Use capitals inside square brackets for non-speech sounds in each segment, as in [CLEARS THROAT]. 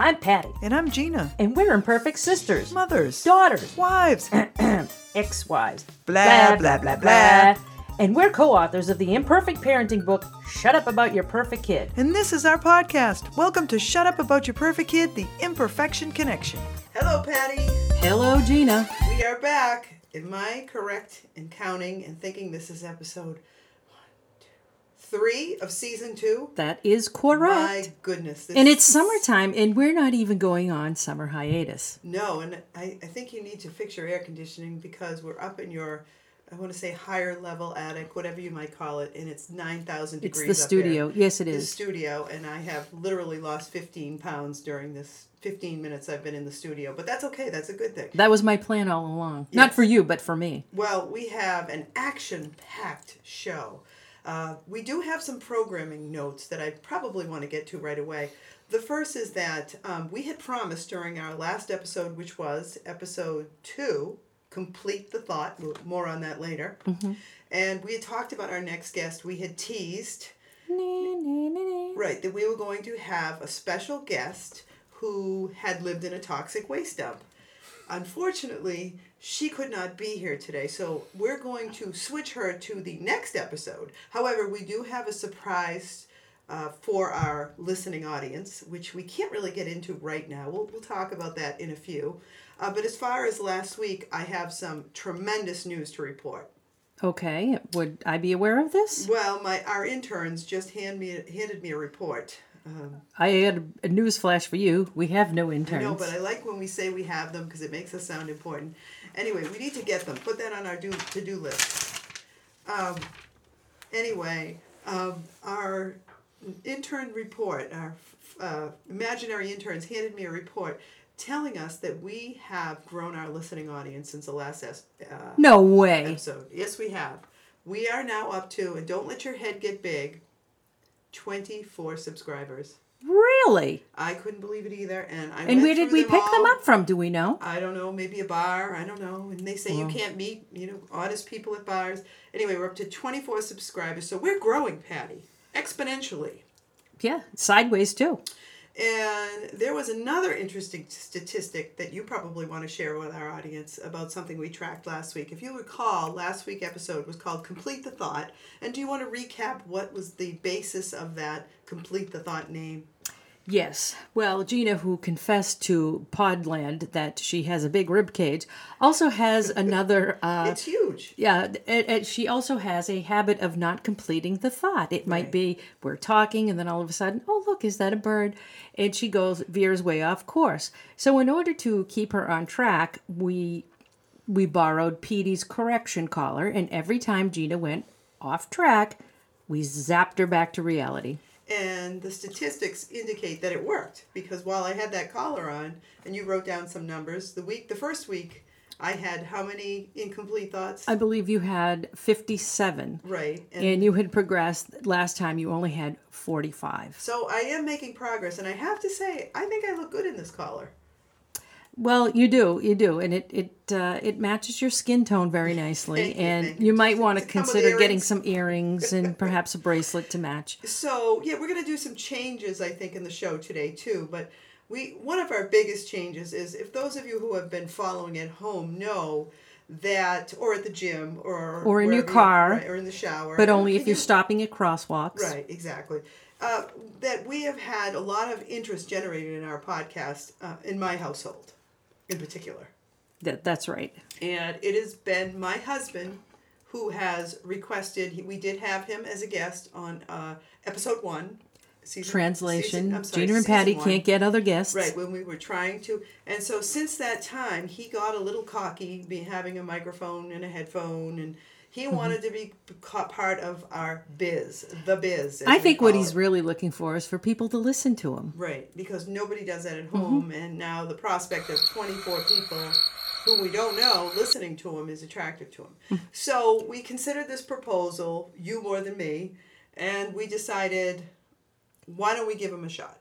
I'm Patty, And I'm Gina. and we're imperfect sisters, Mothers. daughters, [CLEARS THROAT] Wives. ex-wives, Blah, blah, blah, blah. and we're co-authors of the imperfect parenting book "Shut Up About Your Perfect Kid." and this is our podcast. Welcome to Shut Up About Your Perfect Kid, the Imperfection Connection. Hello, Patty. Hello, Gina. We are back. Am I correct in counting and thinking this is episode three of season two? That is My goodness. This And it's summertime, and we're not even going on summer hiatus. No, and I, I think you need to fix your air conditioning because we're up in your, I want to say higher level attic, whatever you might call it, and it's 9,000 It's degrees. the up there. studio. Yes, it The is. studio, and I have literally lost 15 pounds during this 15 minutes I've been in the studio, but that's okay. That's a good thing. That was my plan all along. Yes. Not for you, but for me. Well, we have an action packed show. Uh, we do have some programming notes that I probably want to get to right away. The first is that um, we had promised during our last episode, which was episode two, complete the thought. We'll- More on that later. And we had talked about our next guest. We had teased Right, that we were going to have a special guest who had lived in a toxic waste dump. Unfortunately, she could not be here today, so we're going to switch her to the next episode. However, we do have a surprise uh, for our listening audience, which we can't really get into right now. We'll, we'll talk about that in a few. Uh, but as far as last week, I have some tremendous news to report. Okay, would I be aware of this? Well, my our interns just hand me handed me a report. Um, I had a news flash for you. We have no interns. No, but I like when we say we have them because it makes us sound important. Anyway, we need to get them. Put that on our do to do list. Um, anyway, um, our intern report, our uh, imaginary interns handed me a report telling us that we have grown our listening audience since the last es- uh, No way. episode. Yes, we have. We are now up to, and don't let your head get big, 24 subscribers. Really? I couldn't believe it either, and I. And went where did through we pick them all. up from? Do we know? I don't know, maybe a bar. I don't know. And they say you can't meet, you know, honest people at bars. Anyway, we're up to twenty four subscribers, so we're growing, Patty, exponentially. Yeah, sideways too. And there was another interesting statistic that you probably want to share with our audience about something we tracked last week. If you recall, last week episode was called "Complete the Thought." And do you want to recap what was the basis of that "Complete the Thought" name? Yes. Well, Gina, who confessed to Podland that she has a big rib cage, also has another. Uh, It's huge. Yeah, and, and she also has a habit of not completing the thought. It might be we're talking, and then all of a sudden, oh look, is that a bird? And she goes veers way off course. So in order to keep her on track, we we borrowed Petey's correction collar, and every time Gina went off track, we zapped her back to reality. and the statistics indicate that it worked because while I had that collar on and you wrote down some numbers, the week the first week I had how many incomplete thoughts? I believe you had fifty-seven, right. And and you had progressed. Last time you only had forty-five. so I am making progress and I have to say I think I look good in this collar. Well, you do, you do, and it it uh, it matches your skin tone very nicely, Thank you, and thank you, you. might want to Does it come with consider getting earrings? some earrings [LAUGHS] and perhaps a bracelet to match. So yeah, we're gonna do some changes I think in the show today too. But we one of our biggest changes is if those of you who have been following at home know that or at the gym or Or in your wherever you- car. right, or in the shower, But only Can if you're you- stopping at crosswalks. Right, exactly. Uh, that we have had a lot of interest generated in our podcast, uh, in my household in particular. That, that's right. And it has been my husband who has requested, he, we did have him as a guest on uh, episode one. Season, Translation. season- I'm sorry, Gina and season Patty one. can't get other guests. Right, when we were trying to. And so since that time, he got a little cocky, be having a microphone and a headphone, and he Mm-hmm. wanted to be ca- part of our biz, the biz. as I we think what call he's it. really looking for is for people to listen to him. Right, because nobody does that at home, and now the prospect of 24 people who we don't know listening to him is attractive to him. So we considered this proposal, you more than me, and we decided why don't we give him a shot?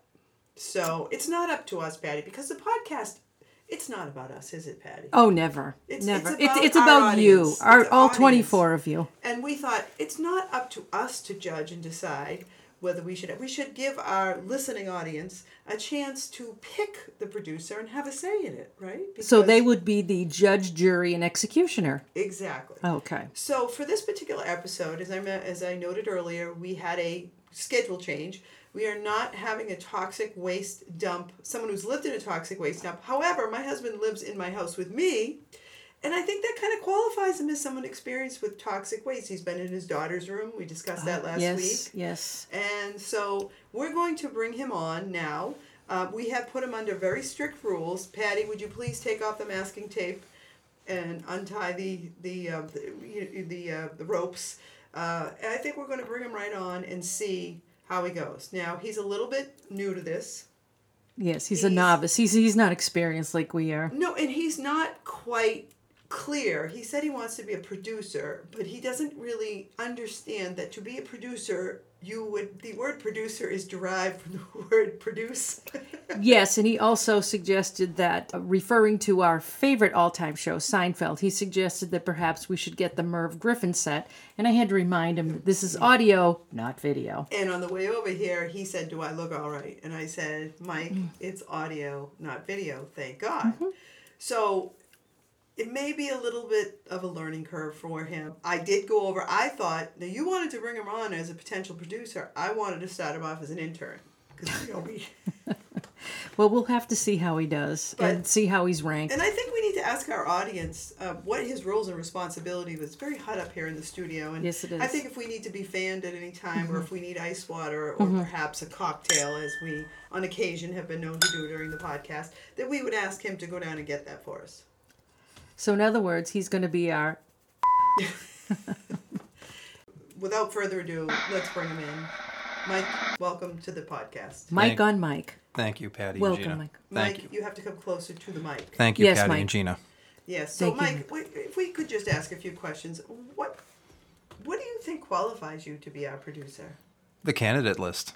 So it's not up to us, Patty, because the podcast, it's not about us, is it, Patty? Oh, never, It's- never. it's It's about it's our about, you, audience. our, It's all audience. twenty-four of you. And we thought it's not up to us to judge and decide. whether we should we should give our listening audience a chance to pick the producer and have a say in it, right? So they Because- would be the judge, jury, and executioner. exactly. Okay. So for this particular episode, as I me- as I noted earlier, we had a schedule change. We are not having a toxic waste dump. Someone who's lived in a toxic waste dump. However, my husband lives in my house with me, and I think that kind of qualifies him as someone experienced with toxic waste. He's been in his daughter's room. We discussed that last week. Uh, yes. Yes. And so we're going to bring him on now. Uh, we have put him under very strict rules. Patty, would you please take off the masking tape and untie the the uh, the, you- the, uh, the ropes? Uh, and I think we're going to bring him right on and see how he goes. Now he's a little bit new to this. Yes. He's a He's- novice. He's he's not experienced like we [LAUGHS] are. No, and he's not quite clear. He said he wants to be a producer, but he doesn't really understand that to be a producer, you would the word producer is derived from the [LAUGHS] word produce. Yes, and he also suggested that, uh, referring to our favorite all time show, Seinfeld, he suggested that perhaps we should get the Merv Griffin set. And I had to remind him that this is audio, not video. And on the way over here, he said, Do I look all right? And I said, Mike, it's audio, not video, thank God. So it may be a little bit of a learning curve for him. I did go over, I thought, now you wanted to bring him on as a potential producer. I wanted to start him off as an intern. Because, you know, we. Well, we'll have to see how he does and But- see how he's ranked. And I think we need to ask our audience uh, what his roles and responsibility was. It's very hot up here in the studio, and Yes, it is. Mm-hmm. I think if we need to be fanned at any time, or if we need ice water, or perhaps a cocktail, as we on occasion have been known to do during the podcast, that we would ask him to go down and get that for us. So, in other words, he's going to be our. Without further ado, let's bring him in. Mike, welcome to the podcast. Mike Thank- on Mike. Thank you, Patty Welcome, and Gina. Mike. Thank Mike, you. you. have to come closer to the mic. Thank you, Yes, Patty Mike. and Gina. Yes. So, Thank you, Mike, Mike, if we could just ask a few questions, what what do you think qualifies you to be our producer? The candidate list.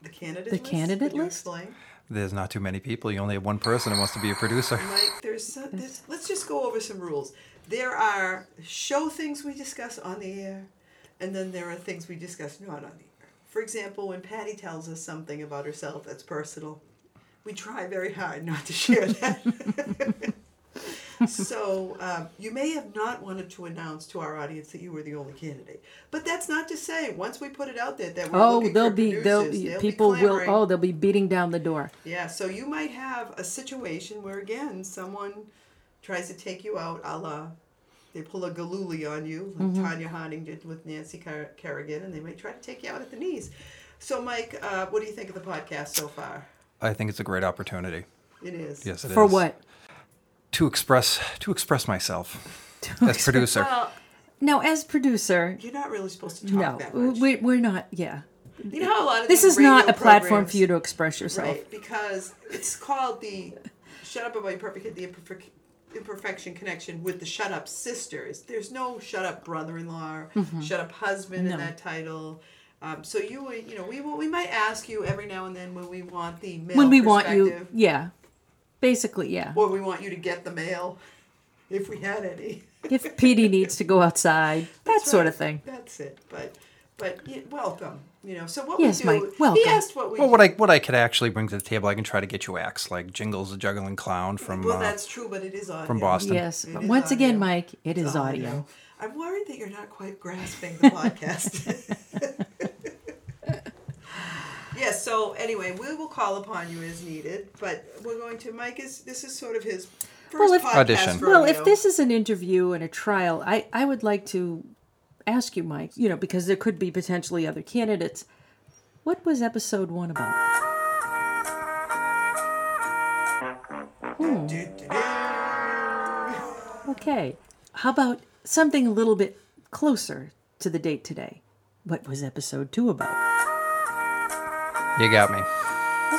The candidate The list? candidate Would you list? explain? There's not too many people. You only have one person who wants to be a producer. Mike, there's, so- there's let's just go over some rules. There are show things we discuss on the air, and then there are things we discuss not on the air. For example, when Patty tells us something about herself that's personal, we try very hard not to share that. [LAUGHS] so um, you may have not wanted to announce to our audience that you were the only candidate, but that's not to say once we put it out there that we're Oh, looking there'll for be, there'll producers, be, they'll be people will, clamoring. oh, they'll be beating down the door. Yeah, so you might have a situation where again someone tries to take you out, a la they pull a galooly on you, like Mm-hmm. Tanya Harding did with Nancy Car- Kerrigan, and they might try to take you out at the knees. So, Mike, uh, what do you think of the podcast so far? I think it's a great opportunity. It is. Yes, it is. For what? To express to express myself as producer. Well, Now, as producer, you're not really supposed to talk no, that much. we, we're not, yeah. you know how a lot of This these is not a radio platform programs- for you to express yourself. Right, because it's called the Shut Up About Your Perfect the imperfec- Imperfection Connection with the Shut Up Sisters. There's no Shut Up Brother in Law, Mm-hmm. Shut Up Husband in that title. Um, so you, would- you know, we will- we might ask you every now and then when we want the male when we want you perspective, yeah basically yeah or we want you to get the mail, if we had any. if pd needs to go outside that sort of thing [LAUGHS] That's it. But but yeah, welcome. You know. So what Yes, we do? Mike, welcome. He asked what we. Well, what I what I could actually bring to the table, I can try to get you acts like Jingles the Juggling Clown from well, uh, that's true, but it is on from him. Boston. yes It but is once again audio. mike it is audio. I'm worried that you're not quite grasping the podcast. [LAUGHS] yes, so anyway, we will call upon you as needed, but we're going to Mike is this is sort of his first Well, if- podcast Audition. well if rodeo. this is an interview and a trial i i would like to ask you mike you know because there could be potentially other candidates what was episode one about Do, do, do. okay how about something a little bit closer to the date today what was episode two about? You got me.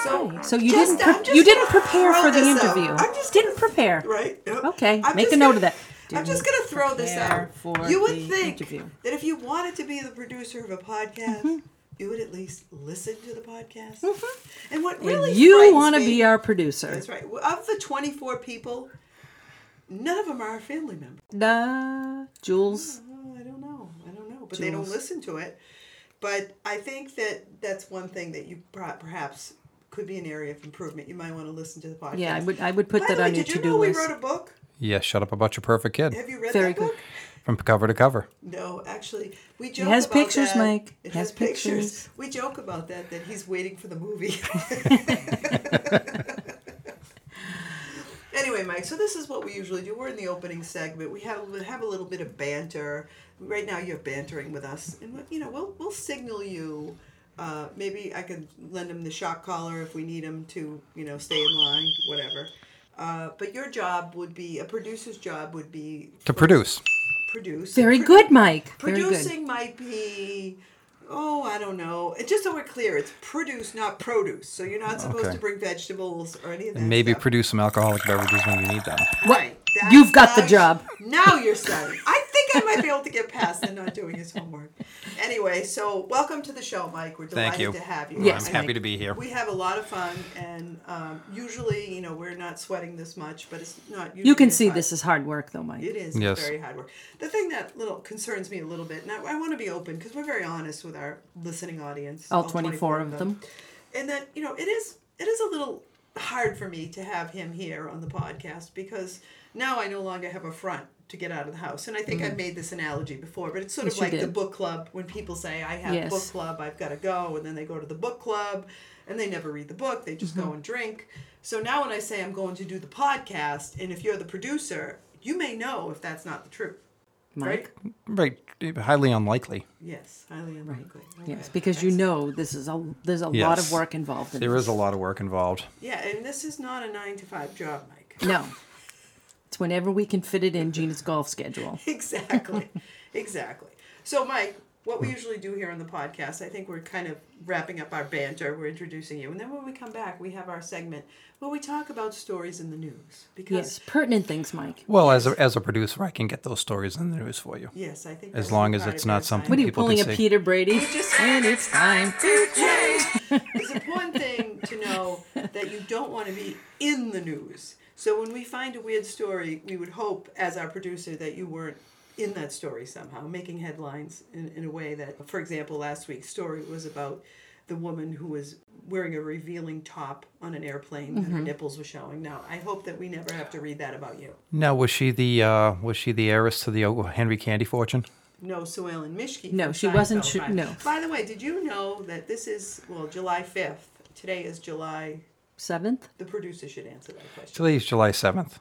So- so you didn't Just- pre- I'm just you didn't gonna prepare throw for the this out. interview. I'm just didn't prepare. Right? Yep. Okay, I'm make just a note gonna- of that. I'm just Didn't going to throw this prepare out. for You the would think interview. that if you wanted to be the producer of a podcast, Mm-hmm. you would at least listen to the podcast. And what really And you frightens want to me- be our producer. That's right. Well, Of the 24 people, none of them are our family members. Nah, Jules. Oh, I don't know. I don't know. But they don't Jules. listen to it. But I think that that's one thing that you pro- perhaps could be an area of improvement. You might want to listen to the podcast. Yeah, I would I would put By that the way, on your did to you do know we list. wrote a book? Yeah, shut up about your perfect kid Have you read Very that good. book? from cover to cover. No, actually, we joke. has about pictures, that. Mike. It It has has, pictures. pictures. We joke about that. That he's waiting for [LAUGHS] the movie. [LAUGHS] anyway, Mike. So this is what we usually do. We're in the opening segment. We have we have a little bit of banter. Right now, you're bantering with us, and we- you know we'll we'll signal you. Uh, maybe I could lend him the shock collar if we need him to, you know, stay in line, whatever. Uh, but your job would be a producer's job would be To produce. produce. Very Produ- good, Mike. Very good. Producing might be, oh, I don't know. It, just so we're clear, it's produce, not produce. So you're not supposed Okay. to bring vegetables or any of that. And maybe stuff. produce some alcoholic beverages when you need them. Right. That's You've got the now- job. Now [LAUGHS] you're starting. I think I might be able to get past the not doing his homework. Anyway, so welcome to the show, Mike. We're delighted Thank you. to have you. Yes, I'm I- happy to be here. We have a lot of fun, and um, usually, you know, we're not sweating this much, but it's not. You can usually see fun. this is hard work, though, Mike. It is Yes. very hard work. The thing that little concerns me a little bit, and I, I want to be open because we're very honest with our listening audience. All 24 of them. And that you know, it is it is a little hard for me to have him here on the podcast because now I no longer have a front to get out of the house. And I think I've made this analogy before, but it's sort Mm-hmm. Yes, of you like the did. book club when people say I have Yes. book club, I've got to go, and then they go to the book club and they never read the book, they just Mm-hmm. go and drink. So now when I say I'm going to do the podcast, and if you're the producer, you may know if that's not the truth. Mike. Right? Right. Highly unlikely. Yes, highly unlikely. Yes, Okay. because you know this is a there's a lot of Yes. work involved in There is this. a lot of work involved. Yeah, and this is not a nine to five job, Mike. [LAUGHS] No. It's whenever we can fit it in Gina's golf schedule. [LAUGHS] exactly exactly so mike what we usually do here on the podcast i think we're kind of wrapping up our banter we're introducing you and then when we come back we have our segment where we talk about stories in the news Yes, because pertinent things, Mike. Well, as a, as a producer, I can get those stories in the news for you. yes i think As that's long as part it's of not our something- What assignment. are you people can pulling a say- Peter Brady? just- and it's time to change. it's important thing to know that you don't want to be in the news so when we find a weird story we would hope as our producer that you weren't in that story somehow making headlines in, in a way that for example last week's story was about the woman who was wearing a revealing top on an airplane and her nipples were showing now i hope that we never have to read that about you Now, was she the uh, was she the heiress to the O- Henry Candy fortune? No, Sue Ellen Mishke. No, from she wasn't Seinfeld, Su- right. no. By the way, did you know that this is well July fifth? Today is July. Seventh. The producer should answer that question. Today is July seventh.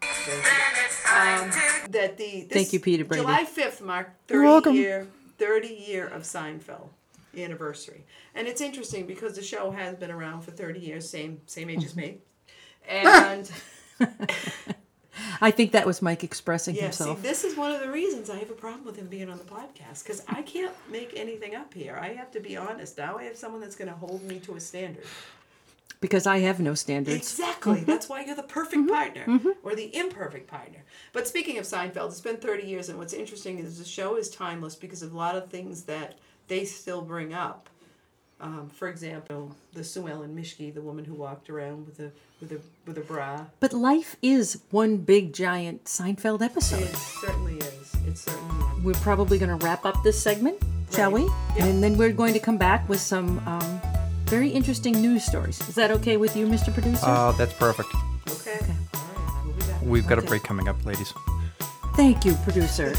That the this, Thank you, Peter Brady. July fifth marked You're welcome. thirty year thirty year of Seinfeld anniversary, and it's interesting because the show has been around for thirty years, same same age [LAUGHS] as me, and. I think that was Mike expressing Yeah, himself. see, this is one of the reasons I have a problem with him being on the podcast because I can't make anything up here. I have to be honest. Now I have someone that's going to hold me to a standard. because I have no standards. Exactly. That's why you're the perfect partner or the imperfect partner. But speaking of Seinfeld, it's been 30 years, and what's interesting is the show is timeless because of a lot of things that they still bring up. Um, for example, the Sue Ellen Mishke, the woman who walked around with a with a with a bra. But life is one big giant Seinfeld episode. It certainly is. It certainly is. We're probably going to wrap up this segment, shall we? Yeah. And then we're going to come back with some um, very interesting news stories. Is that okay with you, Mr. Producer? Uh, that's perfect. Okay. All right. We'll be back. We've got Okay. a break coming up, ladies. Thank you, Producer.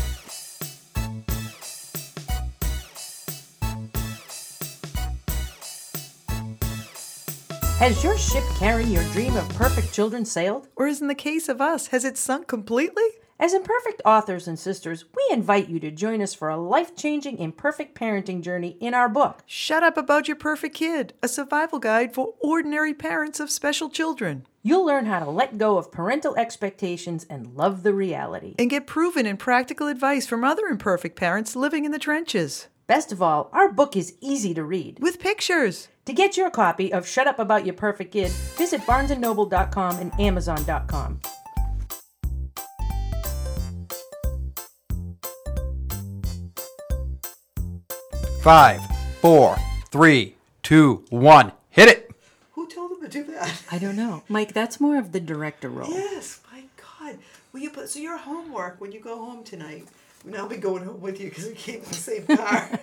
Has your ship carrying your dream of perfect children sailed? Or as in the case of us, has it sunk completely? As imperfect authors and sisters, we invite you to join us for a life changing imperfect parenting journey in our book. Shut Up About Your Perfect Kid, a survival guide for ordinary parents of special children. You'll learn how to let go of parental expectations and love the reality. And get proven and practical advice from other imperfect parents living in the trenches. Best of all, our book is easy to read. With pictures. To get your copy of Shut Up About Your Perfect Kid, visit barnesandnoble.com and amazon.com. Five, four, three, two, one. Hit it. Who told him to do that? [LAUGHS] I don't know. Mike, that's more of the director role. Yes, my God. Will you put so your homework when you go home tonight and I'll be going home with you because we came in [LAUGHS] the same car.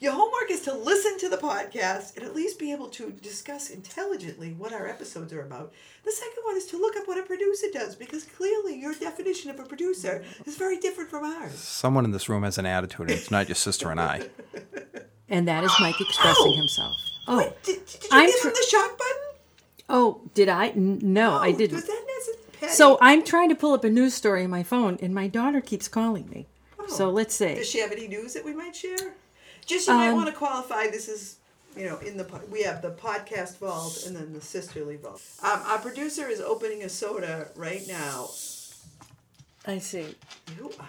Your homework is to listen to the podcast and at least be able to discuss intelligently what our episodes are about. The second one is to look up what a producer does because clearly your definition of a producer Mm. is very different from ours. Someone in this room has an attitude, and it's not your sister and I. And that is Mike expressing Ow! himself. Oh, Did, did you I'm give him tr- the shock button? oh, did I? N- No, I Oh, didn't. Was that necessary? Patty, So I'm trying to pull up a news story on my phone, and my daughter keeps calling me. So let's see. Oh. Does she have any news that we might share? Just you Um, might want to qualify. This is, you know, in the po- we have the podcast vault and then the sisterly vault. Um, our producer is opening a soda right now. I see. You are.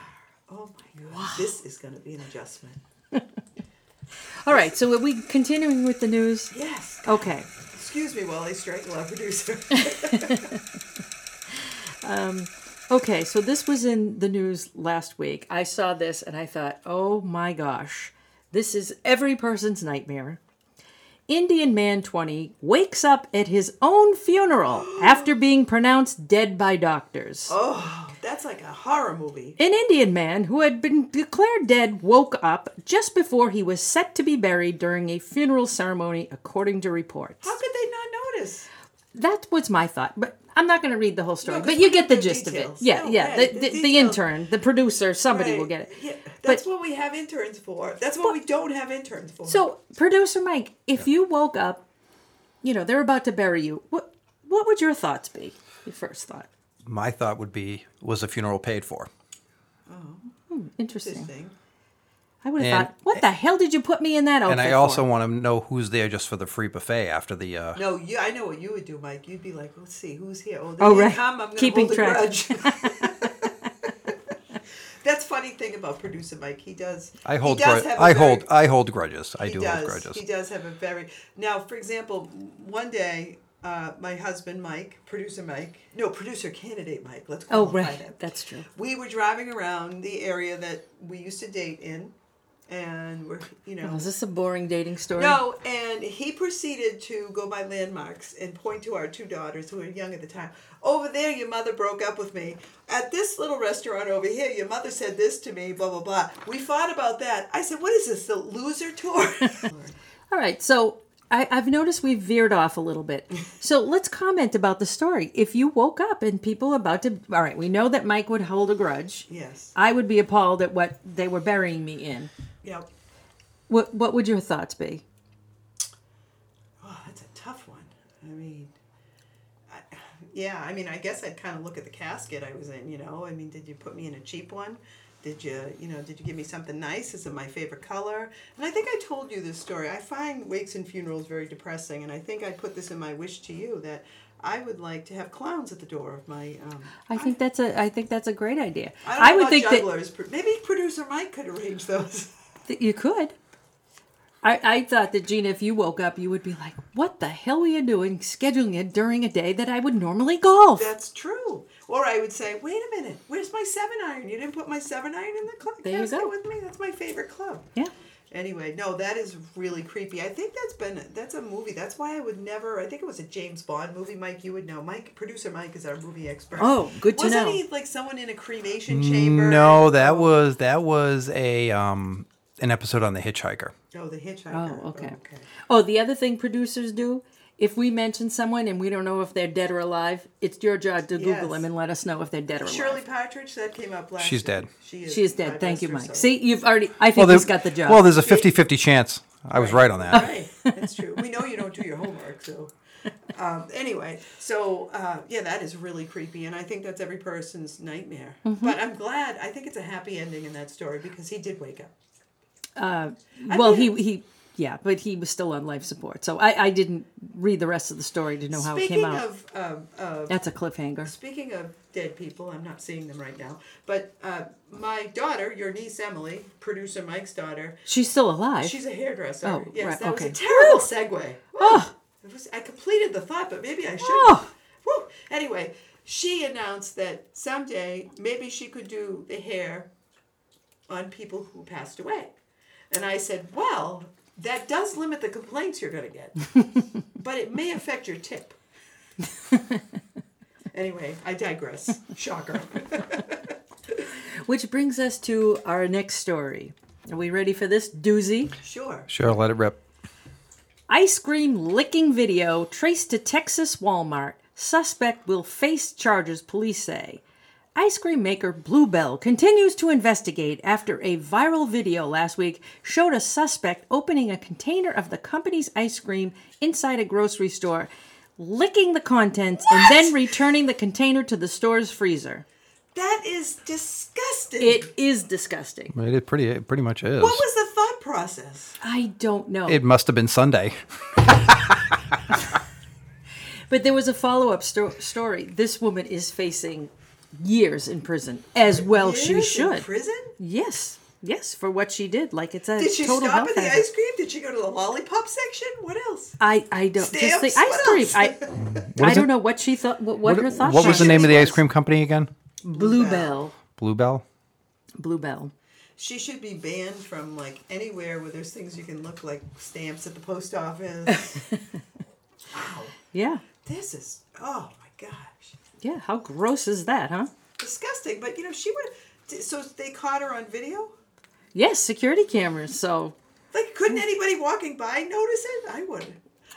Oh my god! This is going to be an adjustment. All right. So are we continuing with the news? Yes. Okay. Excuse me while I strangle our producer. [LAUGHS] Okay, so this was in the news last week. I saw this and I thought, oh my gosh, this is every person's nightmare. Indian man 20 wakes up at his own funeral [GASPS] after being pronounced dead by doctors. oh, that's like a horror movie. An Indian man who had been declared dead woke up just before he was set to be buried during a funeral ceremony, according to reports. How could they not notice? That was my thought, but I'm not going to read the whole story. No, 'cause but we you get the have the gist of it. details. Yeah, No, yeah. yeah, The, the the, the details. intern, the producer, somebody will Right. get it. Yeah, but that's what we have interns for. That's what we don't have interns for. so, producer Mike, if you woke up, you know they're about to bury you. What what would your thoughts be? Your first thought. My thought would be, was the funeral paid for? Interesting. interesting. I would have And- thought, what the hell did you put me in that outfit And I also for? want to know who's there just for the free buffet after the. Uh, No, you. I know what you would do, Mike. You'd be like, let's see who's here. Oh, they Oh, didn't right. come. I'm gonna Keeping hold a track. [LAUGHS] grudge. [LAUGHS] That's funny thing about producer Mike. He does. I he hold. does Gr- have a I very- hold. I hold grudges. I he do does. hold grudges. He does have a very now. For example, one day, uh, my husband Mike, producer Mike, no, producer candidate Mike. Let's Oh, qualify right. that. That's true. We were driving around the area that we used to date in, and we're you know Is this a boring dating story? no, and he proceeded to go by landmarks and point to our two daughters who were young at the time. Over there, your mother broke up with me. At this little restaurant over here, your mother said this to me, blah, blah, blah. We fought about that. I said, What is this, the loser tour? [LAUGHS] All right, so I, I've noticed we've veered off a little bit. So let's comment about the story. If you woke up and people about to, all right, we know that Mike would hold a grudge. yes. I would be appalled at what they were burying me in. Yeah. What What would your thoughts be? Oh, that's a tough one. I mean, I, yeah, I mean, I guess I'd kind of look at the casket I was in, you know? I mean, did you put me in a cheap one? Did you, you know, did you give me something nice? Is it my favorite color? And I think I told you this story. I find wakes and funerals very depressing, and I think I put this in my wish to you that I would like to have clowns at the door of my. Um, I think that's a I think that's a great idea. I don't know would about think that jugglers. but Maybe producer Mike could arrange those. [LAUGHS] that you could. I, I thought that Gina, if you woke up, you would be like, "What the hell were you doing, scheduling it during a day that I would normally golf?" That's true. Or I would say, wait a minute, where's my seven iron? You didn't put my seven iron in the club There you casket go. with me. That's my favorite club. yeah, Anyway, no, that is really creepy. I think that's been that's a movie. That's why I would never. I think it was a James Bond movie. Mike, you would know. Mike, producer Mike, is our movie expert. Oh, good to Wasn't know. he like someone in a cremation chamber? No, that was that was a um, an episode on the Hitchhiker. Oh, the hitchhiker. Oh, okay. Oh, the other thing producers do, if we mention someone and we don't know if they're dead or alive, it's your job to Google Yes. them and let us know if they're dead or Shirley alive. Partridge. That came up last. She's dead. week. She is. She is I dead. Thank you, rest her Mike. soul. See, you've already. I think there- he's got the job. Well, there's a 50-50 chance. I was right on that. [LAUGHS] Right, that's true. We know you don't do your homework, so. Um, anyway, so uh, yeah, that is really creepy, and I think that's every person's nightmare. Mm-hmm. But I'm glad. I think it's a happy ending in that story because he did wake up. well, he he. Yeah, but he was still on life support, so I, I didn't read the rest of the story to know how it Speaking came out. of, um, of That's a cliffhanger. speaking of dead people, I'm not seeing them right now. But uh, my daughter, your niece Emily, producer Mike's daughter, She's still alive. she's a hairdresser. Oh, yes, right, that okay. Ah! was a terrible segue. Oh. It was, I completed the thought, but maybe I shouldn't. Oh. Whew. Anyway, she announced that someday maybe she could do the hair on people who passed away. And I said, well, that does limit the complaints you're going to [LAUGHS] get, but it may affect your tip. [LAUGHS] anyway, I digress. Shocker. Which brings us to our next story. Are we ready for this doozy? Sure. Sure, let it rip. Ice cream licking video traced to Texas Walmart. Suspect will face charges, police say. Ice cream maker Bluebell continues to investigate after a viral video last week showed a suspect opening a container of the company's ice cream inside a grocery store, licking the contents, and then returning the container to the store's freezer. That is disgusting. It is disgusting. It pretty it pretty much is. what was the thought process? I don't know. it must have been Sunday. But there was a follow up sto- story. This woman is facing years in prison, as well she Years In should. prison? yes, yes, for what she did. Like it's a Did she total stop health at the hazard. ice cream? Did she go to the lollipop section? What else? I I don't just Stamps? the ice What cream. [LAUGHS] else? I What I is don't it? know what she thought. What, what, her thoughts? what was the were. name of the ice cream company again? Bluebell. Bluebell. Bluebell. She should be banned from like anywhere where there's things you can look like stamps at the post [LAUGHS] office. wow. Yeah, This is oh my gosh. yeah. How gross is that, huh? Disgusting. But you know, she would so they caught her on video? Yes, security cameras. So Like couldn't anybody walking by notice it? I would. Mm.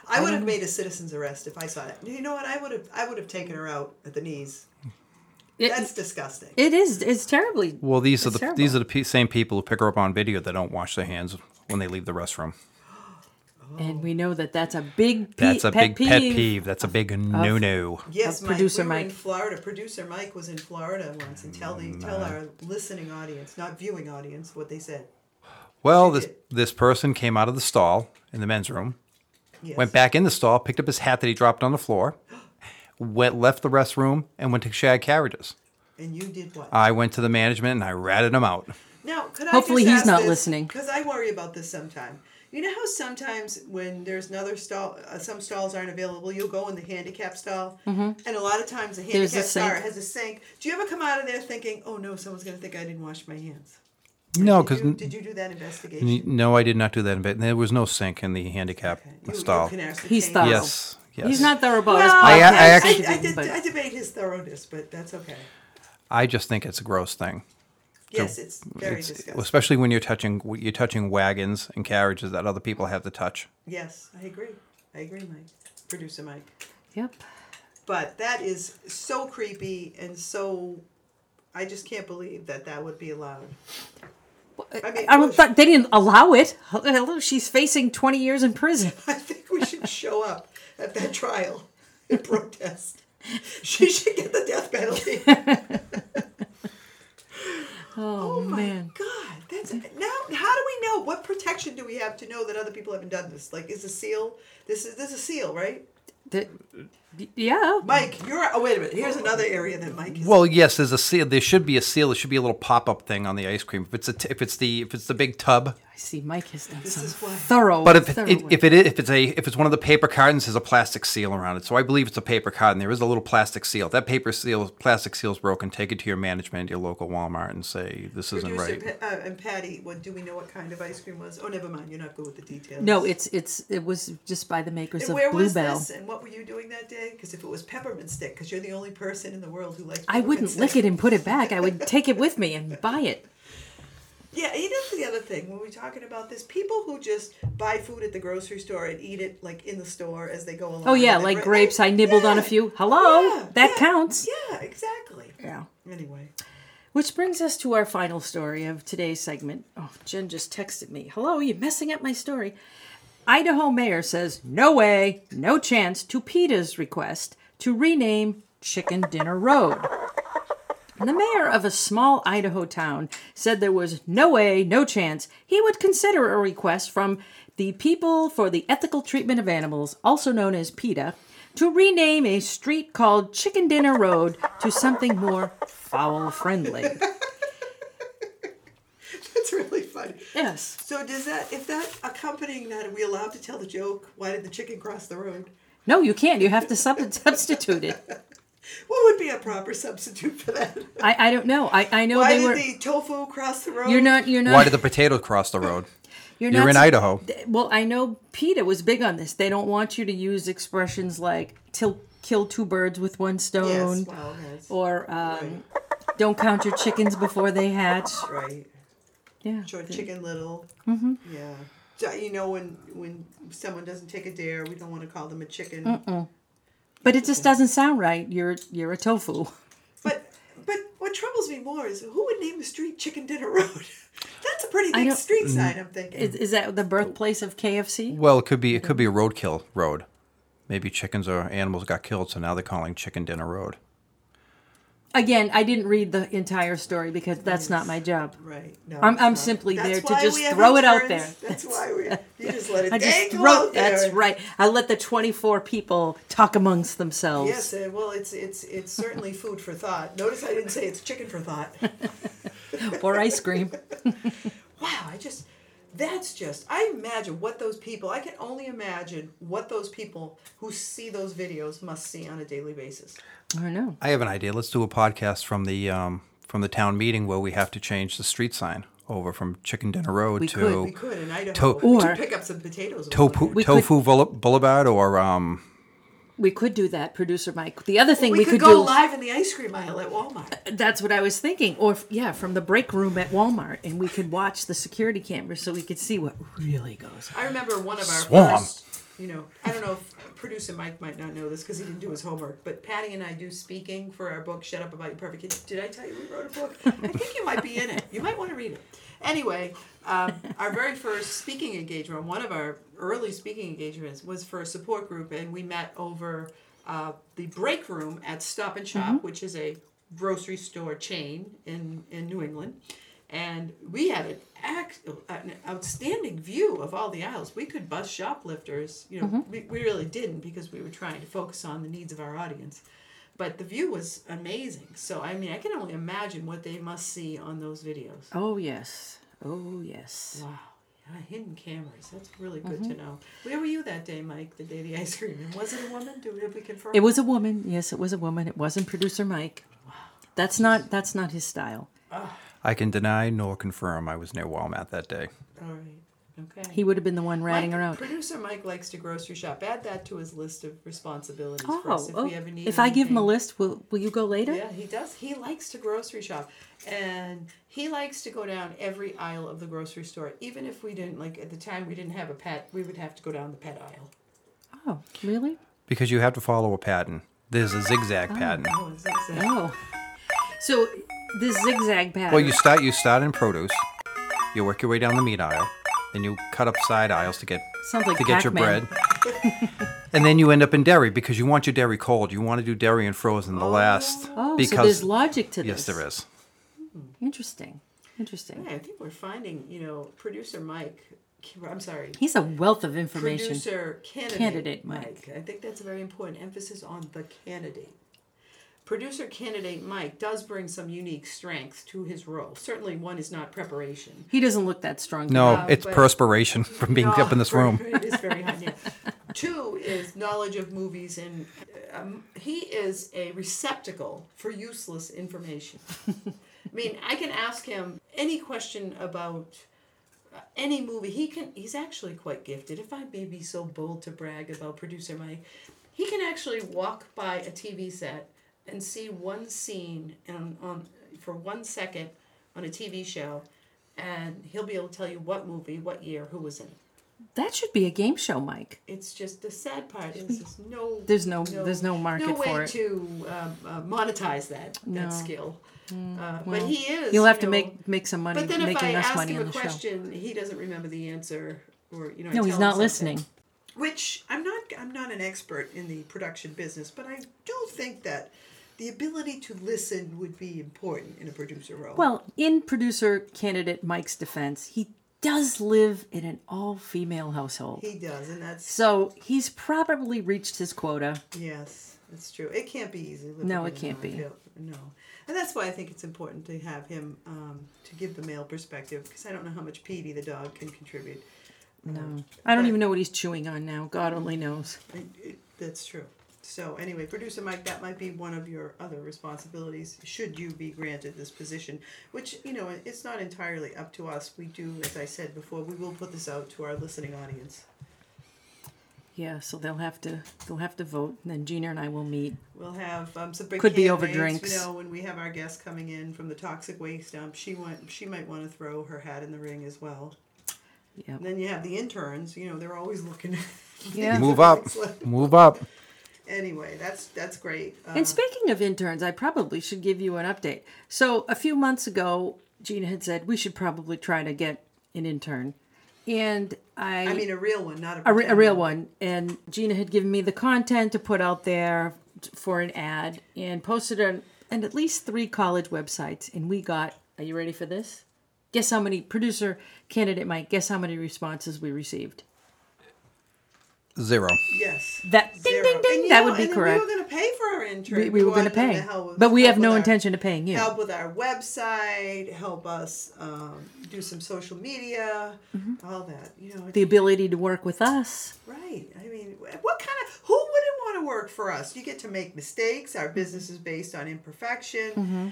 I would have made a citizen's arrest if I saw that. You know what? I would have I would have taken her out at the knees. it, That's disgusting. it is. It's terribly. Well, these are It's the terrible. these are the pe- same people who pick her up on video that don't wash their hands when they leave the restroom. And we know that that's a big. Pe- That's a pet big pet peeve. That's a big no no. Yes, Mike. producer we were in Mike. Florida. Producer Mike was in Florida once, and tell Mm, the tell uh-huh. our listening audience, not viewing audience, what they said. Well, this did. this person came out of the stall in the men's room, Yes. went back in the stall, picked up his hat that he dropped on the floor, went left the restroom, and went to Shag Carriages. And you did what? I went to the management and I ratted him out. now, could I Hopefully just he's ask not this, listening. because I worry about this sometime. You know how sometimes when there's another stall, uh, some stalls aren't available. You'll go in the handicap stall, and a lot of times the Mm-hmm. There's a handicap stall sink. has a sink. Do you ever come out of there thinking, "Oh no, someone's going to think I didn't wash my hands"? No, Did because you, did you do that investigation? no, I did not do that. But there was no sink in the handicap You- you stall. can ascertain He's thorough. Yes, yes. He's not thorough about his Well, I- I podcast. actually- I, I, did, but- I debate his thoroughness, but that's okay. I just think it's a gross thing. Yes, it's very It's- disgusting. especially when you're touching you're touching wagons and carriages that other people have to touch. yes, I agree. I agree, Mike. Producer Mike. Yep. But that is so creepy and so. I just can't believe that that would be allowed. I mean, I don't thought they didn't allow it. Hello, she's facing 20 years in prison. [LAUGHS] I think we should show up at that trial and protest. She should get the [LAUGHS] death penalty. [LAUGHS] Oh, Oh my man. God, that's now. How do we know? What protection do we have to know that other people haven't done this? Like, is a seal? This is this is a seal, right? That- yeah. Mike, you're. Oh wait a minute. Here's another area that Mike is. Well, yes, there's a seal. There should be a seal. There should be a little pop up thing on the ice cream. If it's a t- if it's the if it's the big tub. I see Mike has done some is why. thorough. But if thorough it, work. if it is, if it's a if it's one of the paper cartons, there's a plastic seal around it. So I believe it's a paper carton. There is a little plastic seal. If that paper seal, plastic seal's broken. Take it to your management, your local Walmart, and say this isn't Producer right. Pa- uh, and Patty, what do we know? What kind of ice cream was? Oh, never mind. You're not good with the details. no, it's it's it was just by the makers And of where was Bluebell. this? And what were you doing that day? Because if it was peppermint stick, because you're the only person in the world who likes. I wouldn't lick it and put it back. I would take it with me and buy it. Yeah, you know the other thing when we're talking about this, people who just buy food at the grocery store and eat it like in the store as they go along. Oh yeah, and they like bring- grapes. I nibbled on a Yeah. few. Hello, Yeah, that yeah, counts. Yeah, exactly. yeah. Anyway, [LAUGHS] Which brings us to our final story of today's segment. Oh, Jen just texted me. Hello, you messing up my story. Idaho mayor says no way, no chance to PETA's request to rename Chicken Dinner Road. The mayor of a small Idaho town said there was no way, no chance he would consider a request from the People for the Ethical Treatment of Animals, also known as PETA, to rename a street called Chicken Dinner Road to something more fowl friendly. that's really funny. Yes. So does that if that accompanying that are we allowed to tell the joke? Why did the chicken cross the road? No, you can't. You have to sub- substitute it. What would be a proper substitute for that? I, I don't know. I, I know Why they did were. the tofu cross the road? You're not. You're not. Why did the potato cross the road? [LAUGHS] You're, You're not in su- Idaho. Well, I know PETA was big on this. They don't want you to use expressions like "till kill two birds with one stone" Yes, well, yes. or um, Don't count your chickens before they hatch. right? Yeah. Sure, Chicken Little. Mhm. Yeah. So, you know, when when someone doesn't take a dare, we don't want to call them a chicken. But it just doesn't sound right. You're you're a tofu. But but what troubles me more is who would name a street Chicken Dinner Road? [LAUGHS] That's a pretty big don't- Mm. street sign. I'm thinking. Is, is that the birthplace of KFC? Well, it could be it could be a roadkill road. Maybe chickens or animals got killed, so now they're calling Chicken Dinner Road. Again, I didn't read the entire story because that's not my job. Right. No, I'm- it's I'm not. simply That's there to why just we have throw it out insurance. there. That's why [LAUGHS] we. You just let it. I just dangle wrote. out there. That's right. I let the 24 people talk amongst themselves. Yes. Uh, well, it's it's it's certainly food for thought. Notice I didn't say it's chicken for thought. [LAUGHS] Or ice cream. wow. I just. That's just. I imagine what those people. I can only imagine what those people who see those videos must see on a daily basis. I don't know. I have an idea. Let's do a podcast from the um, from the town meeting where we have to change the street sign over from Chicken Dinner Road We to could, We could in Idaho To- Or- pick up some potatoes. Tofu, We could- tofu Boule- Boulevard or um, We could do that, producer Mike. The other thing we, We could could, go do. live in the ice cream aisle at Walmart. That's what I was thinking. Or f- yeah, from the break room at Walmart, and we could watch the security cameras so we could see what really goes. on. I remember one of our Swarm. first, you know, I don't know if producer Mike might not know this because he didn't do his homework, but Patty and I do speaking for our book, Shut Up About Your Perfect Kids. Did I tell you we wrote a book? I think you might be in it. You might want to read it. Anyway, um, our very first speaking engagement, one of our early speaking engagements, was for a support group, and we met over uh, the break room at Stop and Shop, which is a grocery store chain in, in New England and we had an, act, an outstanding view of all the aisles. We could bus shoplifters. You know, Mm-hmm. we, we really didn't because we were trying to focus on the needs of our audience. But the view was amazing. So I mean, I can only imagine what they must see on those videos. Oh yes. Oh Mm-hmm. yes. Wow, yeah, hidden cameras. That's really good to know. Where were you that day, Mike? The day of the ice cream? And was it a woman? Do did we confirm? It was a woman. Yes, it was a woman. It wasn't producer Mike. That's not that's not his style. I can deny nor confirm I was near Walmart that day. All right. Okay. He would have been the one ratting Mike- her out. Producer Mike likes to grocery shop. Add that to his list of responsibilities for us Oh, if oh. we ever need. if I give him a anything. list, will will you go later? Yeah, he does. He likes to grocery shop, and he likes to go down every aisle of the grocery store. Even if we didn't like at the time, we didn't have a pet. We would have to go down the pet aisle. Oh, really? Because you have to follow a pattern. There's a zigzag pattern. Oh, is that- is that- Oh. So this zigzag pattern. Well, you start you start in produce, you work your way down the meat aisle, then you cut up side aisles to get Sounds like to get your Pac-Man. bread, and then you end up in dairy because you want your dairy cold. You want to do dairy and frozen the last Oh, so because there's logic to yes, this. there is. Interesting. Interesting. Yeah, I think we're finding, you know, producer Mike. I'm sorry, He's a wealth of information. producer candidate, Candidate, Mike. I think that's a very important emphasis on the candidate. Producer candidate Mike does bring some unique strength to his role. Certainly, one is not preparation. He doesn't look that strong. No, Um, it's but- perspiration from being up in this No, [LAUGHS] room. [LAUGHS] it is very hot. Yeah. Two is knowledge of movies, and um, he is a receptacle for useless information. I mean, I can ask him any question about uh, any movie. He can. He's actually quite gifted. If I may be so bold to brag about producer Mike, he can actually walk by a TV set and see one scene and on for one second on a TV show. And he'll be able to tell you what movie, what year, who was in it That should be a game show, Mike. it's just the sad part is [LAUGHS] there's no There's no- there's no market no way for it. to um, uh, monetize that No. Mm, that skill. uh, well, but he is. You'll have you to know, make make some money But then if making I us ask money on him a the show. question, he doesn't remember the answer, or you know. I No, tell he's him not something. listening. Which I'm not. I'm not an expert in the production business, but I do think that the ability to listen would be important in a producer role. Well, in producer candidate Mike's defense, he does live in an all female household. he does, and that's so he's probably reached his quota. Yes, that's true. It can't be easy. living No, in it a can't be. non-field- No, and that's why I think it's important to have him um, to give the male perspective because I don't know how much Petey the dog can contribute. Um, No, I don't even know what he's chewing on now. God only knows. that's true. So anyway, producer Mike, that might be one of your other responsibilities should you be granted this position, which you know it's not entirely up to us. We do, as I said before, we will put this out to our listening audience. Yeah, so they'll have to they'll have to vote, and then Gina and I will meet. We'll have um, some big Could be over campaigns, drinks. You know, when we have our guests coming in from the toxic waste dump, she want she might want to throw her hat in the ring as well. Yeah. And then you have the interns. You know, they're always looking. Yeah. Move up. Move up. anyway, that's that's great. Uh, And speaking of interns, I probably should give you an update. So a few months ago, Gina had said we should probably try to get an intern, and I I mean, a real one, not a, a, re- a pretend real one. And Gina had given me the content to put out there t- for an ad and posted it on, on at least three college websites. And we got, are you ready for this? Guess how many, producer candidate Mike, guess how many responses we received? Zero. Yes. That ding, Zero. ding, ding. And, you that know, would be and then correct. We were going to pay for our intern. We, we were going to wanted them pay. help with- but we help have no with our- intention of paying you. Help with our website, help us um, do some social media, Mm-hmm. all that. You know, The ability to work with us. Right. I mean, what kind of who wouldn't want to work for us? You get to make mistakes. Our business is based on imperfection. We go Mm-hmm.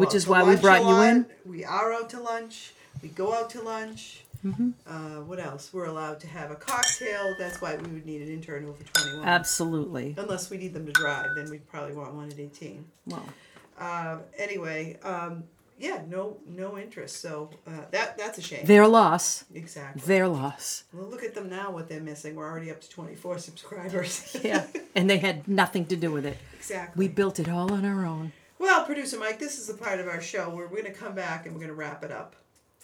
Which out is to why we lunch a brought you lot. in. We are out to lunch. We go out to lunch. Mm-hmm. Uh, what else? We're allowed to have a cocktail. That's why we would need an intern over twenty one. Absolutely. Unless we need them to drive, then we'd probably want one at eighteen. Well, Uh, anyway, um, yeah, no, no interest. So uh, that that's a shame. their loss. exactly. Their loss. well, look at them now. What they're missing. We're already up to twenty four subscribers. Yeah. [LAUGHS] and they had nothing to do with it. Exactly. We built it all on our own. well, producer Mike, this is the part of our show where we're going to come back and we're going to wrap it up.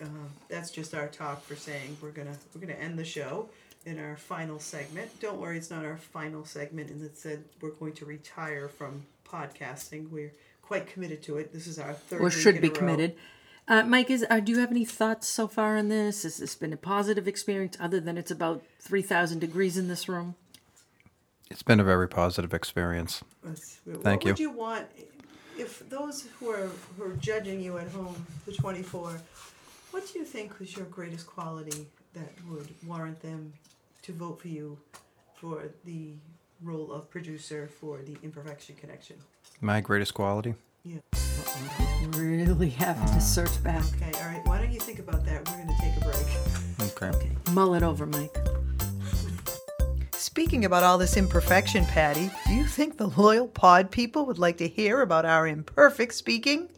Uh, that's just our talk for saying we're gonna we're gonna end the show in our final segment. Don't worry, it's not our final segment. And it said we're going to retire from podcasting. We're quite committed to it. This is our third. or week should in be a row. committed. Uh, Mike, is uh, do you have any thoughts so far on this? Has this been a positive experience other than it's about three thousand degrees in this room? It's been a very positive experience. That's- what Thank would you. you want if those who are who are judging you at home, the twenty four? What do you think was your greatest quality that would warrant them to vote for you for the role of producer for the Imperfection Connection? My greatest quality. Yeah. Really have to search back. Okay. All right. Why don't you think about that? We're going to take a break. Okay. Mull it over, Mike. Speaking about all this imperfection, Patty, do you think the loyal pod people would like to hear about our imperfect speaking?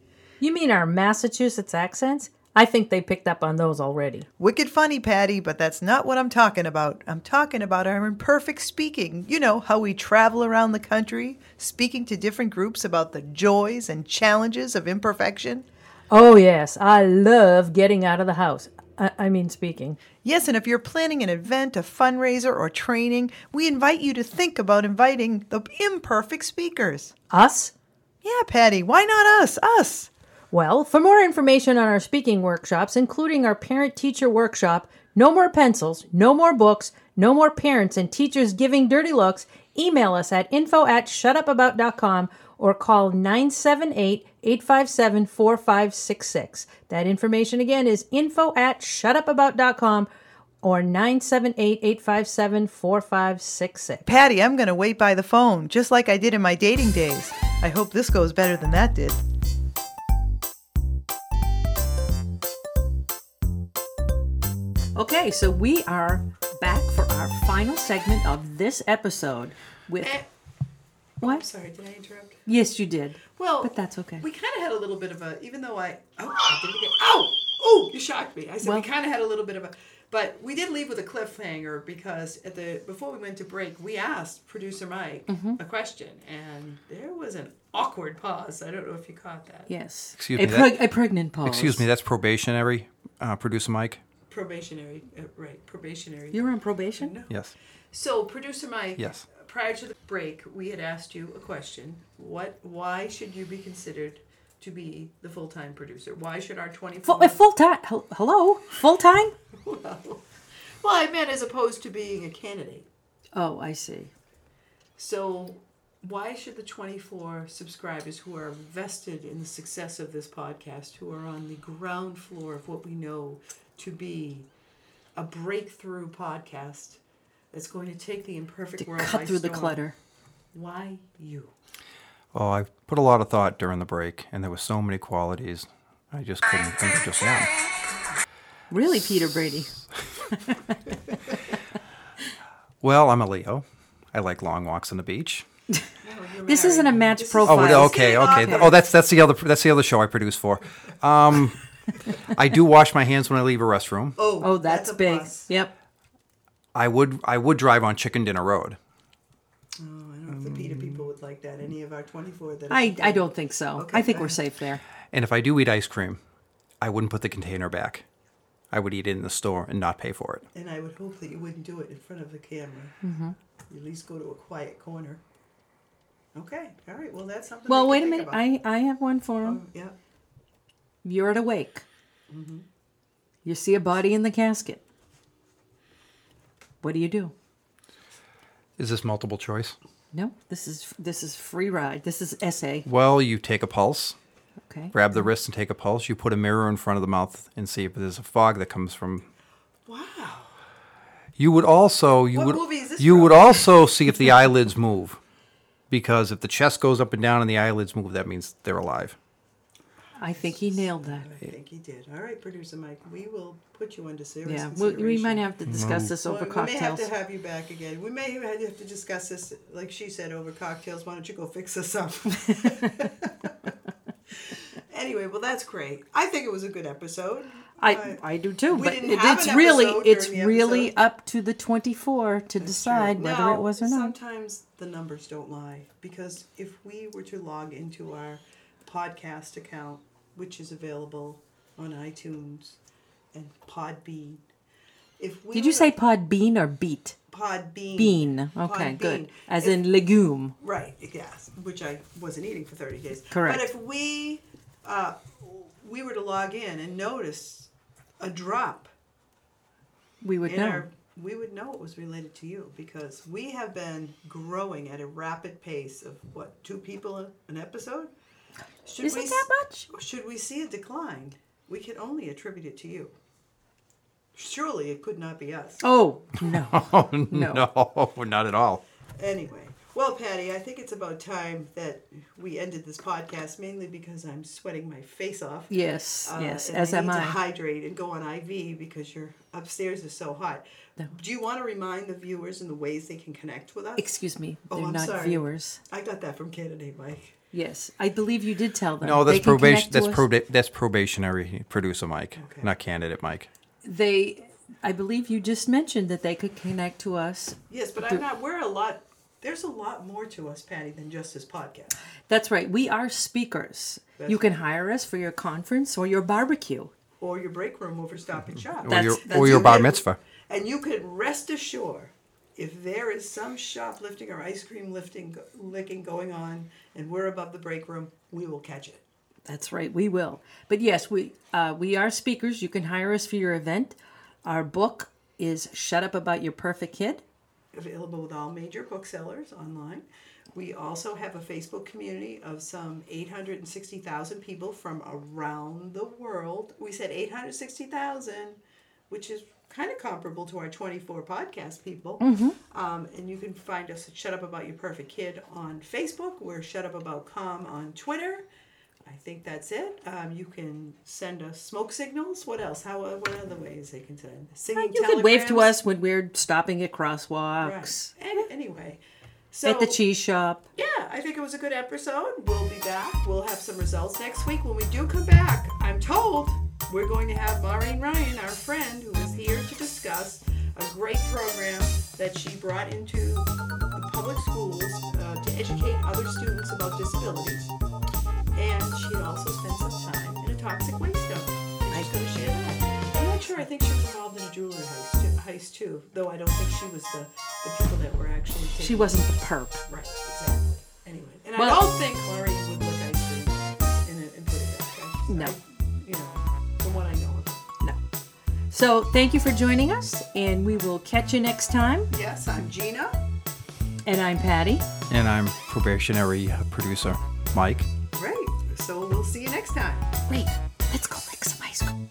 You mean our Massachusetts accents? I think they picked up on those already. Wicked funny, Patty, but that's not what I'm talking about. I'm talking about our imperfect speaking. You know, how we travel around the country, speaking to different groups about the joys and challenges of imperfection. Oh, yes, I love getting out of the house. I, I mean, speaking. Yes, and if you're planning an event, a fundraiser, or training, we invite you to think about inviting the imperfect speakers. Us? Yeah, Patty, why not us? Us. Well, for more information on our speaking workshops, including our parent teacher workshop, No More Pencils, No More Books, No More Parents and Teachers Giving Dirty Looks, email us at info at shutupabout.com or call 978 857 4566. That information again is info at shutupabout.com or 978 857 4566. Patty, I'm going to wait by the phone, just like I did in my dating days. I hope this goes better than that did. Okay, so we are back for our final segment of this episode with I'm what? Eh. sorry. Did I interrupt? Yes, you did. Well, But that's okay. We kind of had a little bit of a, even though I, oh, I did it again. Oh, oh, you shocked me. I said Well- we kind of had a little bit of a, but we did leave with a cliffhanger because at the before we went to break, we asked producer Mike Mm-hmm. a question, and there was an awkward pause. I don't know if you caught that. Yes. Excuse a me, that- preg- a pregnant pause. Excuse me, Oh, that's probationary, uh, producer Mike? Probationary, uh, right? Probationary. You're on probation. Yes. So, producer Mike. Yes. Prior to the break, we had asked you a question. What? Why should you be considered to be the full-time producer? Why should our twenty-four? Full, full time. Hello, full time. Well, [LAUGHS] well, I meant as opposed to being a candidate. Oh, I see. So, why should the 24 subscribers who are vested in the success of this podcast, who are on the ground floor of what we know to be a breakthrough podcast that's going to take the imperfect To world by cut through the storm, clutter. Why you? Oh, I put a lot of thought during the break, and there were so many qualities. I just couldn't think of just one. Really, Peter Brady. Well, I'm a Leo. I like long walks on the beach. This isn't a match Oh, profile. well, okay, Isn't it okay. awkward? Oh, that's that's the other that's the other show I produce for. Um, I do wash my hands when I leave a restroom. Oh, Oh, that's, a big. plus. Yep. I would I would drive on Chicken Dinner Road. Oh, I don't know if the PETA people would like that. Any of our 24 that I, I don't think so. Okay, I think go we're ahead. safe there. And if I do eat ice cream, I wouldn't put the container back. I would eat it in the store and not pay for it. And I would hope that you wouldn't do it in front of the camera. Mm-hmm. You at least go to a quiet corner. Okay. All right. Well, that's something. Well, they wait a can minute. think about. Mm, I, I have one for him. yeah. You're at a wake. You see a body in the casket. What do you do? Is this multiple choice? No, this is this is free ride. This is essay. Well, you take a pulse, Okay. grab the wrist and take a pulse. You put a mirror in front of the mouth and see if there's a fog that comes from. Wow. You would also you What would movie is this you from? would also see if the [LAUGHS] eyelids move, because if the chest goes up and down and the eyelids move, that means they're alive. [LAUGHS] I think he nailed that. I think he did. All right, producer Mike. We will put you under serious. Yeah. We, we might consideration. have to discuss this Well, over We may have cocktails. to have you back again. We may have to discuss this, like she said, over cocktails. Why don't you go fix us [LAUGHS] up? anyway, well, that's great. I think it was a good episode. I, I do too, We but didn't it- have it's an really episode it's during the really episode. up to the twenty four to decide whether it Well, was or not. Sometimes the numbers don't lie because if we were to log into our podcast account, which is available on iTunes and Podbean, if we Did you were to- say pod bean or beet? Podbean? Bean. Okay, Podbean. good. As If- in legume. Right. Yes, which I wasn't eating for thirty days. Correct. But if we uh, we were to log in and notice a drop We would in know. our, we would know it was related to you because we have been growing at a rapid pace of what two people an episode. Should Isn't we, that much? Should we see a decline, we can only attribute it to you. Surely it could not be us. Oh no. Oh No. no not at all. Anyway, well, Patty, I think it's about time that we ended this podcast, mainly because I'm sweating my face off. Yes, Uh, yes, and as I am need I. To hydrate and go on IV because your upstairs is so hot. Do you want to remind the viewers in the ways they can connect with us? Excuse me, Oh, they're I'm not sorry. viewers. I got that from Candidate Mike. Yes, I believe you did tell them. No, that's They can probation. connect to us. That's proba- that's probationary producer Mike, Okay. not candidate Mike. They, I believe you just mentioned that they could connect to us. Yes, but I'm not. We're a lot. There's a lot more to us, Patty, than just this podcast. That's right. We are speakers. That's you can hire us for your conference or your barbecue. Or your break room over Stop and Shop. Mm-hmm. Or That's- your, that's or your you bar can- mitzvah. And you can rest assured if there is some shoplifting or ice cream lifting licking going on and we're above the break room, we will catch it. That's right. We will. But yes, we uh, we are speakers. You can hire us for your event. Our book is "Shut Up About Your Perfect Kid." Available with all major booksellers online. We also have a Facebook community of some 860,000 people from around the world. We said 860,000, which is kind of comparable to our 24 podcast people. Mm-hmm. Um, and you can find us at Shut Up About Your Perfect Kid on Facebook. We're Shut Up About Com on Twitter. I think that's it. Um, you can send us smoke signals. What else? How? What other ways they can send? Singing You can wave to telegrams? us when we're stopping at Right. crosswalks, An- anyway, so at the cheese shop. yeah, I think it was a good episode. We'll be back. We'll have some results next week. When we do come back, I'm told we're going to have Maureen Ryan, our friend, who is here to discuss a great program that she brought into the public schools uh, to educate other students about disabilities. And she also spent some time in a toxic waste dump. And she's going to share that. I'm not sure. I think she was involved in a jewelry heist too, heist too though I don't think she was the, the people that were actually. Taking She wasn't the perp. Right, exactly. Anyway, and I Well- don't think Maureen would lick ice cream in it and put it back. I, No. I, you know, from what I know of. No. So thank you for joining us, and we will catch you next time. Yes, I'm Gina. And I'm Patty. And I'm probationary producer Mike. Great. So we'll see you next time. Wait, let's go lick some ice cream.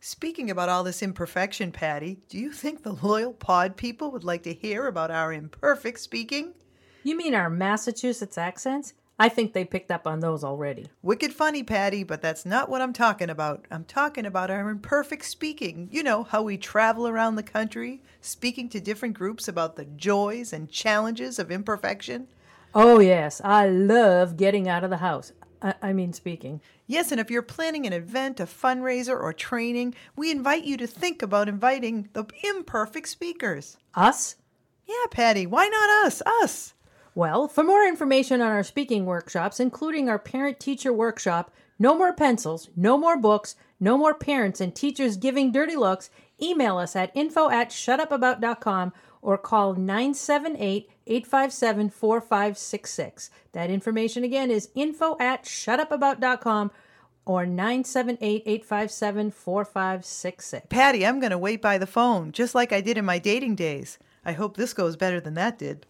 Speaking about all this imperfection, Patty, do you think the loyal pod people would like to hear about our imperfect speaking? You mean our Massachusetts accents? I think they picked up on those already. Wicked funny, Patty, but that's not what I'm talking about. I'm talking about our imperfect speaking. You know, how we travel around the country, speaking to different groups about the joys and challenges of imperfection. Oh, yes, I love getting out of the house. I, I mean, speaking. Yes, and if you're planning an event, a fundraiser, or training, we invite you to think about inviting the imperfect speakers. Us? Yeah, Patty, why not us? Us! Well, for more information on our speaking workshops, including our parent teacher workshop, No More Pencils, No More Books, No More Parents and Teachers Giving Dirty Looks, email us at info at shutupabout.com or call 978 857 4566. That information again is info at shutupabout.com or 978 857 4566. Patty, I'm going to wait by the phone, just like I did in my dating days. I hope this goes better than that did.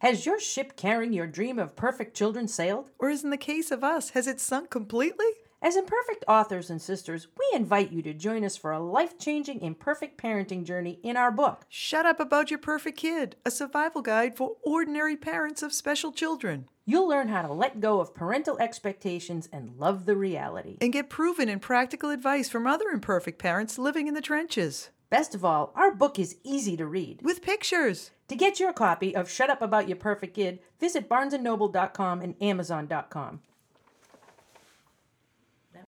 Has your ship carrying your dream of perfect children sailed? Or as in the case of us, has it sunk completely? As imperfect authors and sisters, we invite you to join us for a life changing imperfect parenting journey in our book. Shut Up About Your Perfect Kid, a survival guide for ordinary parents of special children. You'll learn how to let go of parental expectations and love the reality. And get proven and practical advice from other imperfect parents living in the trenches. Best of all, our book is easy to read. With pictures. To get your copy of Shut Up About Your Perfect Kid, visit barnesandnoble.com and amazon.com.